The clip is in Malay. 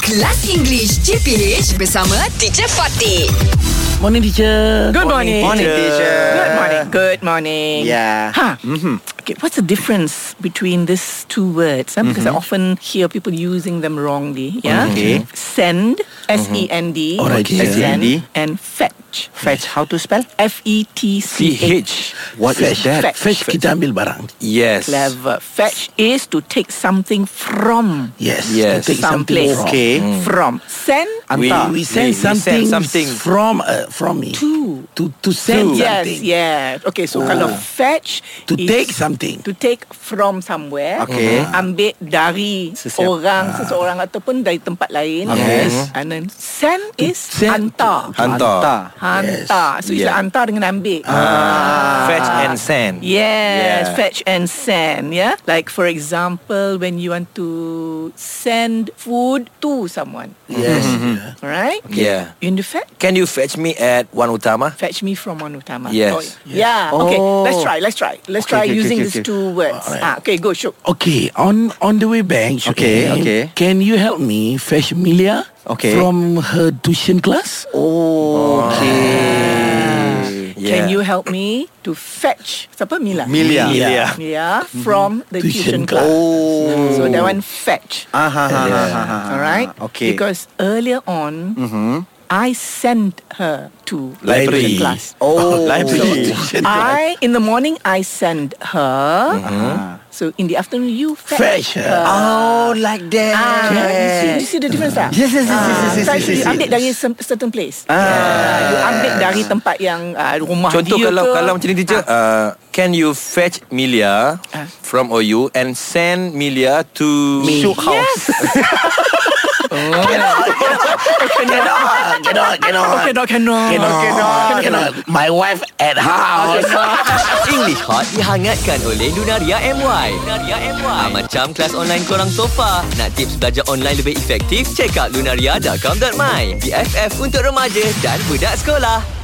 Kelas English CPH bersama Teacher Fatih. Morning teacher. Good morning. Morning, teacher. Good morning. Good morning. Yeah. Huh. Okay, what's the difference between these two words? huh? Because I often hear people using them wrongly. Yeah. Okay. Mm-hmm. Send, S E N D, Alright, okay, yeah. send, S-E-N-D. and fetch, Fetch. How to spell? F E T C H. What is that? Fetch. Fetch kita ambil barang. Yes. Clever. Fetch is to take something from Yes. Yes. To take something someplace. from. Okay. From send Hantar. We send We- we send something, something. from uh, from me To. to to send To. Yes, something yeah. Okay, Oh. so kalau fetch to is take something. to take from somewhere Mhm. Okay. ambil dari Sesiap- orang seseorang ataupun dari tempat lain Okay. yes and then send is send- hantar Hantar. Hantar. hantar so it's Yeah. like hantar dengan ambil Ah. Fetch Ah. and send. Yes, Yeah. fetch and send, yeah? Like for example, when you want to send food to someone, Yes. right? Yeah. You need to fetch Can you fetch me at One Utama? Fetch me from Onutama. Yes. Oh, yeah. Okay. Let's try. Let's try. Let's Okay, try okay, using okay, these okay. two words. Ah, okay, go, Shuk. Okay, on on the way back. Shuib, Okay, okay. Can you help me fetch Milia Okay. from her tuition class? Oh, okay. Can you help me to fetch siapa Mila? Milia. Milia. Mila from the Tuition tuition, class. class. Oh. So that one fetch. Ah, ha, ha, ha, ha, ha. All right. Okay. Mm-hmm. Because earlier on, I sent her to tuition Library. class. Oh. Library. I in the morning I send her. Mm-hmm. Ah. So in the afternoon you fetch, Fetch her. Oh, like that. Ah, you see, you see the difference lah. Yes, yes, yes, yes, yes, yes, Fetch, yes, you yes. ambil dari some- certain place. Ah, you ambil dari tempat yang ah, rumah Contoh dia kalau ke. kalau macam ni teacher, uh, can you fetch Milia Ah. from OU and send Milia to Me. Shuk Yes. Oh, cannot, cannot, cannot. cannot, cannot. Cannot, cannot, cannot. My wife at house. English Hot dihangatkan oleh Lunaria MY. Lunaria MY. Ah, macam kelas online korang sofa. Nak tips belajar online lebih efektif? Check out lunaria.com.my. BFF untuk remaja dan budak sekolah.